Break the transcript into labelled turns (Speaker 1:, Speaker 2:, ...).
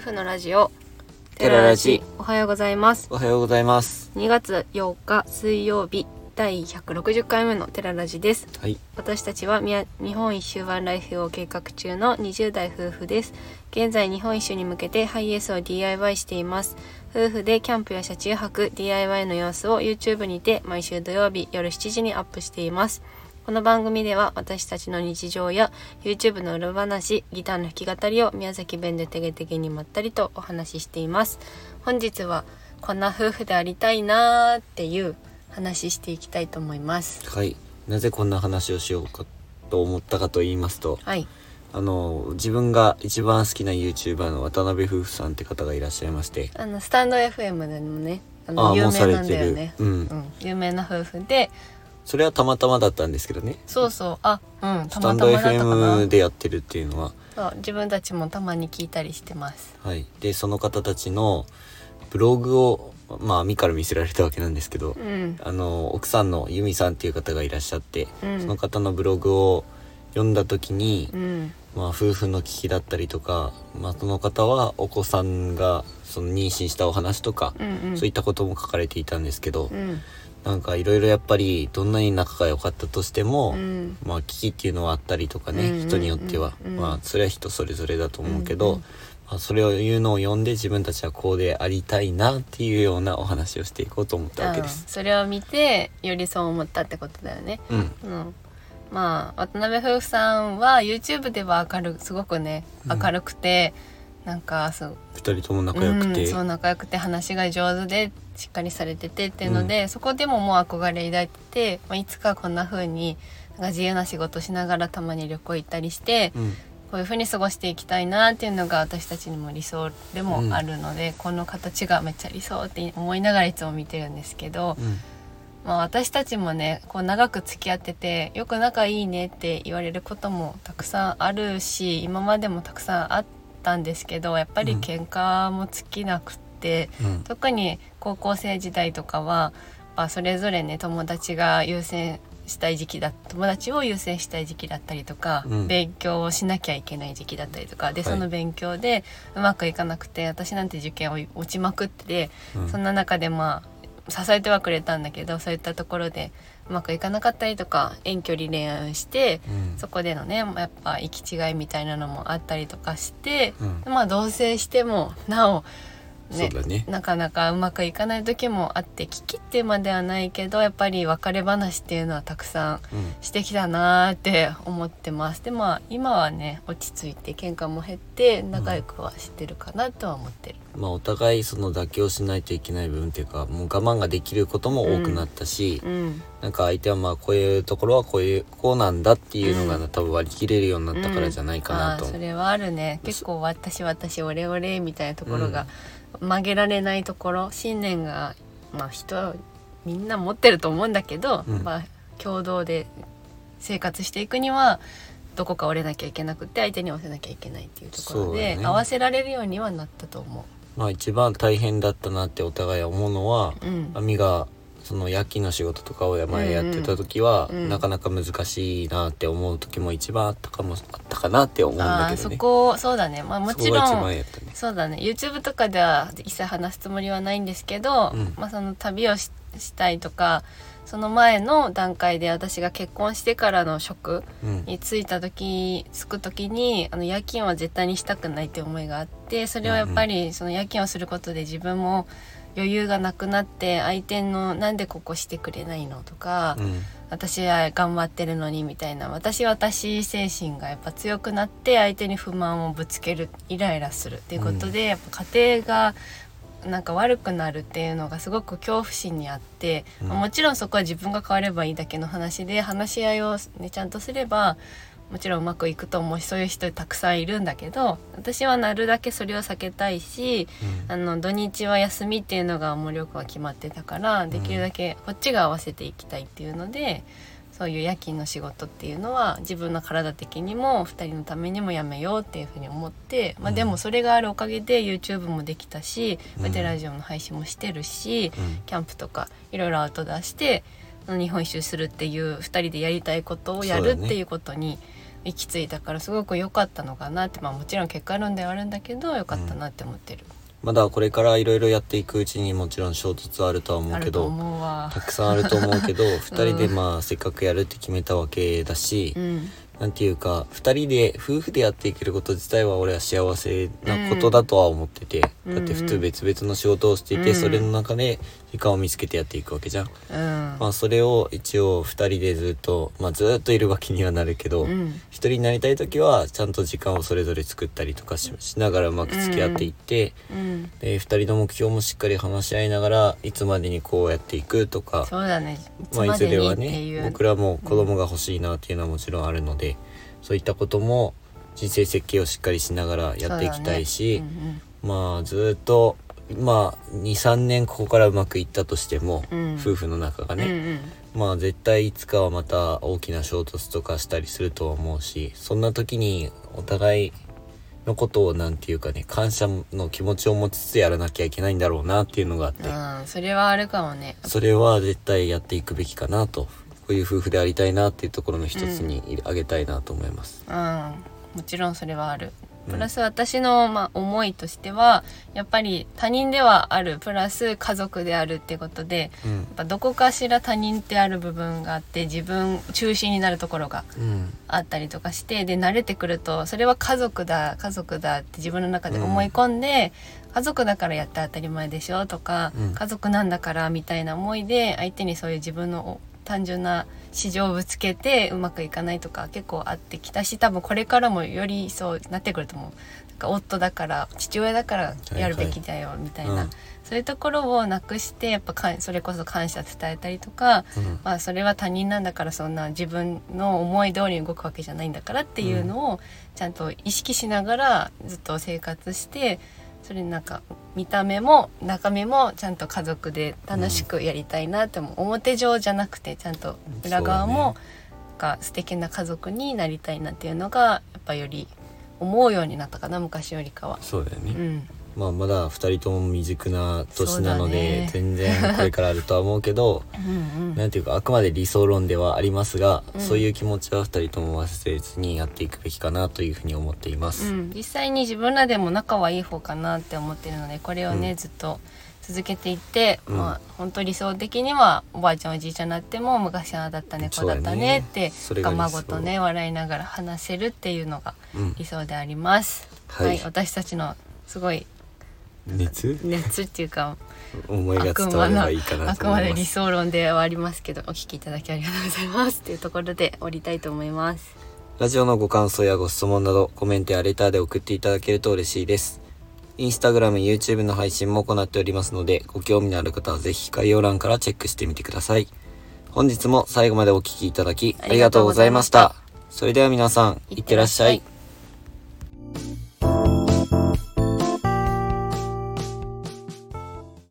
Speaker 1: 婦のラジオ
Speaker 2: テララジ
Speaker 1: おはようございます
Speaker 2: おはようございます。
Speaker 1: 2月8日水曜日第160回目のテララジです
Speaker 2: はい。
Speaker 1: 私たちはみや日本一周ワンライフを計画中の20代夫婦です現在日本一周に向けてハイエースを DIY しています夫婦でキャンプや車中泊 DIY の様子を YouTube にて毎週土曜日夜7時にアップしていますこの番組では私たちの日常や YouTube の裏話ギターの弾き語りを宮崎弁でてげてげにまったりとお話ししています本日はこんな夫婦でありたいなーっていう話していきたいと思います
Speaker 2: はい。なぜこんな話をしようかと思ったかと言いますと、
Speaker 1: はい
Speaker 2: あの、自分が一番好きな YouTuber の渡辺夫婦さんって方がいらっしゃいまして、
Speaker 1: あのスタンド FM でもねあ
Speaker 2: あ
Speaker 1: の
Speaker 2: あ
Speaker 1: 有
Speaker 2: もう
Speaker 1: 名
Speaker 2: され
Speaker 1: なんだよね、
Speaker 2: てるうん
Speaker 1: 有名な夫婦で
Speaker 2: それはたまたまだったんですけどね。
Speaker 1: そうそうあうんた
Speaker 2: スタ
Speaker 1: ま
Speaker 2: ン
Speaker 1: た
Speaker 2: ド
Speaker 1: まだったかな
Speaker 2: FM でやってるっていうのは、
Speaker 1: そう自分たちもたまに聞いたりしてます
Speaker 2: はい。で、その方たちのブログを、まあ、網から見せられたわけなんですけど
Speaker 1: う、ん
Speaker 2: あの、奥さんの由美さんっていう方がいらっしゃって、
Speaker 1: うん
Speaker 2: その方のブログを読んだ時に
Speaker 1: う、ん
Speaker 2: まあ、夫婦の危機だったりとか、まあ、その方はお子さんがその妊娠したお話とか
Speaker 1: う、んうん
Speaker 2: そういったことも書かれていたんですけど、
Speaker 1: うん
Speaker 2: なんかいろいろやっぱりどんなに仲が良かったとしても、
Speaker 1: うん
Speaker 2: まあ、危機っていうのはあったりとか
Speaker 1: う
Speaker 2: ね、
Speaker 1: んうんうん
Speaker 2: 人によっては、
Speaker 1: うん
Speaker 2: まあ、それは人それぞれだと思うけど、
Speaker 1: うんうん
Speaker 2: まあ、それを言うのを読んで自分たちはこうでありたいなっていうようなお話をしていこうと思ったわけです
Speaker 1: あ。それを見てよりそう思ったってことだよね
Speaker 2: うん、
Speaker 1: うんまあ渡辺夫婦さんは YouTube では明るくすごくね
Speaker 2: うん
Speaker 1: 明るくて、なんかそう
Speaker 2: 二人とも仲良くて、
Speaker 1: うん、そう仲良くて話が上手でしっかりされててっていうので、そこでももう憧れ抱いてて、まあ、いつかこんな風になんか自由な仕事しながらたまに旅行行ったりして、
Speaker 2: うん
Speaker 1: こういう風に過ごしていきたいなっていうのが私たちにも理想でもあるので、この形がめっちゃ理想って思いながらいつも見てるんですけど、
Speaker 2: うん
Speaker 1: まあ、私たちもねこう長く付き合っててよく仲いいねって言われることもたくさんあるし今までもたくさんあったんですけどやっぱり
Speaker 2: うん
Speaker 1: 喧嘩も尽きなくって、
Speaker 2: うん
Speaker 1: 特に高校生時代とかは、まあ、それぞれね友達が優先したい時期だ友達を優先したい時期だったりとか、
Speaker 2: うん
Speaker 1: 勉強をしなきゃいけない時期だったりとかで
Speaker 2: はい
Speaker 1: その勉強でうまくいかなくて、私なんて受験を落ちまくってて
Speaker 2: うん
Speaker 1: そんな中でまあ支えてはくれたんだけどそういったところでうまくいかなかったりとか遠距離恋愛をして
Speaker 2: うん
Speaker 1: そこでのねやっぱ行き違いみたいなのもあったりとかして、
Speaker 2: うん
Speaker 1: まあ同棲してもなお
Speaker 2: そうだね
Speaker 1: なかなかうまくいかない時もあって危機ってまではないけどやっぱり別れ話っていうのはたくさん
Speaker 2: うん
Speaker 1: してきたなーって思ってますでまあ今はね落ち着いて喧嘩も減って仲良くはしてるかなとは思ってる、
Speaker 2: まあ、お互いその妥協しないといけない部分っていうかもう我慢ができることも多くなったし、
Speaker 1: うん
Speaker 2: なんか相手はまあこういうところはこういうこうなんだっていうのが、
Speaker 1: う
Speaker 2: 多分割り切れるようになったからじゃないかなと
Speaker 1: あー
Speaker 2: 思う、
Speaker 1: それはあるね結構私私俺俺みたいなところが曲げられないところ信念がまあ人はみんな持ってると思うんだけど、
Speaker 2: うん
Speaker 1: まあ共同で生活していくにはどこか折れなきゃいけなくて相手に合わせなきゃいけないっていうところ
Speaker 2: そうだ
Speaker 1: で、
Speaker 2: ね
Speaker 1: 合わせられるようにはなったと思
Speaker 2: まあ一番大変だったなってお互い思うのは、
Speaker 1: う。うん、
Speaker 2: 亜美がその夜勤の仕事とかを前やってた時は、
Speaker 1: うんうん
Speaker 2: なかなか難しいなって思う時も一番あったかもあったかなって思うん
Speaker 1: あ
Speaker 2: だ
Speaker 1: ー
Speaker 2: けど
Speaker 1: そ
Speaker 2: ね
Speaker 1: こそうだねまあもちろ
Speaker 2: そこが一
Speaker 1: ん
Speaker 2: 番やったね
Speaker 1: そうだね YouTube とかでは一切話すつもりはないんですけど、
Speaker 2: うん
Speaker 1: まあ、その旅をししたいとかその前の段階で私が結婚してからの職
Speaker 2: うん
Speaker 1: に着いた時着く時にあの夜勤は絶対にしたくないって思いがあってそれはやっぱりその夜勤をすることで自分も余裕がなくなって相手の「なんでここしてくれないの?」とか、
Speaker 2: うん
Speaker 1: 私は頑張ってるのにみたいな私私精神がやっぱ強くなって相手に不満をぶつけるイライラするっていうことで、やっぱ家庭がなんか悪くなるっていうのがすごく恐怖心にあって、
Speaker 2: うん
Speaker 1: まあもちろんそこは自分が変わればいいだけの話で話し合いを、ね、ちゃんとすればもちろんうまくいくと思うしそういう人たくさんいるんだけど私はなるだけそれを避けたいし、
Speaker 2: うん
Speaker 1: あの土日は休みっていうのがもう旅行は決まってたからできるだけこっちが合わせていきたいっていうので、そういう夜勤の仕事っていうのは自分の体的にも2人のためにもやめようっていうふうに思って、まあ、
Speaker 2: うん
Speaker 1: でもそれがあるおかげで YouTube もできたし、
Speaker 2: うん
Speaker 1: ベテラジオの配信もしてるし、
Speaker 2: うん
Speaker 1: キャンプとかいろいろアウトドアしてあの日本一周するっていう2人でやりたいことをや
Speaker 2: そう
Speaker 1: る
Speaker 2: だね
Speaker 1: っていうことに。行き着いたからすごく良かったのかなってまあもちろん結果論ではあるんだけど良かったなって思ってる、
Speaker 2: まだこれからいろいろやっていくうちにもちろん衝突はあるとは思
Speaker 1: あ
Speaker 2: う
Speaker 1: る
Speaker 2: け
Speaker 1: と
Speaker 2: ど
Speaker 1: 思うわ
Speaker 2: たくさんあると思うけ ど2人でまあせっかくやるって決めたわけだし、
Speaker 1: うん
Speaker 2: なんていうか2人で夫婦でやっていけること自体は俺は幸せなことだとは思ってて、
Speaker 1: うん
Speaker 2: だって普通別々の仕事をしていて、
Speaker 1: うん
Speaker 2: それの中で時間を見つけてやっていくわけじゃん、
Speaker 1: うん
Speaker 2: まあそれを一応2人でずっとまあずっといるわけにはなるけど、
Speaker 1: う
Speaker 2: 1
Speaker 1: ん
Speaker 2: 人になりたい時はちゃんと時間をそれぞれ作ったりとかししながらうまく付き合っていって、
Speaker 1: うん
Speaker 2: で2人の目標もしっかり話し合いながらいつまでにこうやっていくとか
Speaker 1: そうだねいつ
Speaker 2: まあ、
Speaker 1: ま
Speaker 2: いず
Speaker 1: で
Speaker 2: れ
Speaker 1: に
Speaker 2: は
Speaker 1: ってい
Speaker 2: ね
Speaker 1: う、
Speaker 2: 僕らも子供が欲しいなっていうのはもちろんあるので、そういったことも人生設計をしっかりしながらやっていきたいし、
Speaker 1: そうだね
Speaker 2: まあずっとまあ23年ここからうまくいったとしても、
Speaker 1: うんうん
Speaker 2: 夫婦の中が
Speaker 1: うん
Speaker 2: ね、まあ絶対いつかはまた大きな衝突とかしたりするとは思うしそんな時にお互いのことをなんていうかね感謝の気持ちを持ちつつやらなきゃいけないんだろうなっていうのがあって
Speaker 1: う。ん、うん、それはあるかもね
Speaker 2: それは絶対やっていくべきかなとこういう夫婦でありたいなっていうところの一つに挙げたいなと思います。
Speaker 1: うんもちろんそれはある
Speaker 2: うん
Speaker 1: プラス私の、まあ、思いとしてはやっぱり他人ではあるプラス家族であるってことで
Speaker 2: うん
Speaker 1: やっぱどこかしら他人ってある部分があって自分中心になるところが
Speaker 2: うん
Speaker 1: あったりとかしてで慣れてくるとそれは家族だ家族だって自分の中で思い込んで、家族だからやって当たり前でしょとか、
Speaker 2: うん
Speaker 1: 家族なんだからみたいな思いで相手にそういう自分の単純な市場をぶつけてうまくいかないとか結構あってきたし多分これからもよりそうなってくると思う。なんか夫だから父親だからやるべきだよみたいな、
Speaker 2: うん
Speaker 1: そういうところをなくしてやっぱかんそれこそ感謝伝えたりとか、
Speaker 2: うん
Speaker 1: まあ、それは他人なんだからそんな自分の思い通りに動くわけじゃないんだからっていうのをちゃんと意識しながらずっと生活してそれなんか見た目も中身もちゃんと家族で楽しくやりたいなって思う、表情じゃなくてちゃんと裏側
Speaker 2: そうだ
Speaker 1: もなんか素敵な家族になりたいなっていうのがやっぱより思うようになったかな昔よりかは。
Speaker 2: そうだよ
Speaker 1: う
Speaker 2: ね、
Speaker 1: ん、
Speaker 2: まあまだ2人とも未熟な年なので、
Speaker 1: そうだね
Speaker 2: 全然これからあるとは思うけど
Speaker 1: うんうん
Speaker 2: なんていうかあくまで理想論ではありますが、
Speaker 1: うん
Speaker 2: そういう気持ちは2人とも忘れずにやっていくべきかなというふうに思っていま
Speaker 1: う
Speaker 2: す。
Speaker 1: ん、実際に自分らでも仲はいい方かなって思ってるのでこれをね、
Speaker 2: うん
Speaker 1: ずっと続けていって、
Speaker 2: うん
Speaker 1: まあ本当理想的にはおばあちゃんおじいちゃんになっても昔ああだったねこ
Speaker 2: そうう
Speaker 1: だ
Speaker 2: だ
Speaker 1: った
Speaker 2: ね
Speaker 1: ねって
Speaker 2: それが理想
Speaker 1: 孫とね笑いながら話せるっていうのが
Speaker 2: うん
Speaker 1: 理想であります。
Speaker 2: はい
Speaker 1: 私たちのすごい
Speaker 2: 熱
Speaker 1: 熱っていうか
Speaker 2: 思いが
Speaker 1: 悪
Speaker 2: 伝
Speaker 1: 魔
Speaker 2: われ
Speaker 1: な
Speaker 2: ばいいかな
Speaker 1: あ
Speaker 2: と
Speaker 1: く
Speaker 2: 思
Speaker 1: ま
Speaker 2: い
Speaker 1: で
Speaker 2: ま
Speaker 1: 理
Speaker 2: す。
Speaker 1: 想論ではありますけどお聞きいただきありがとうございますっていうところで降りたいと思います。
Speaker 2: ラジオのご感想やご質問などコメントやレターで送っていただけると嬉しいです。インスタグラム、YouTube の配信も行っておりますので、ご興味のある方はぜひ概要欄からチェックしてみてください。本日も最後までお聴きいただきありがとうございました。それでは皆さん、いってらっしゃい。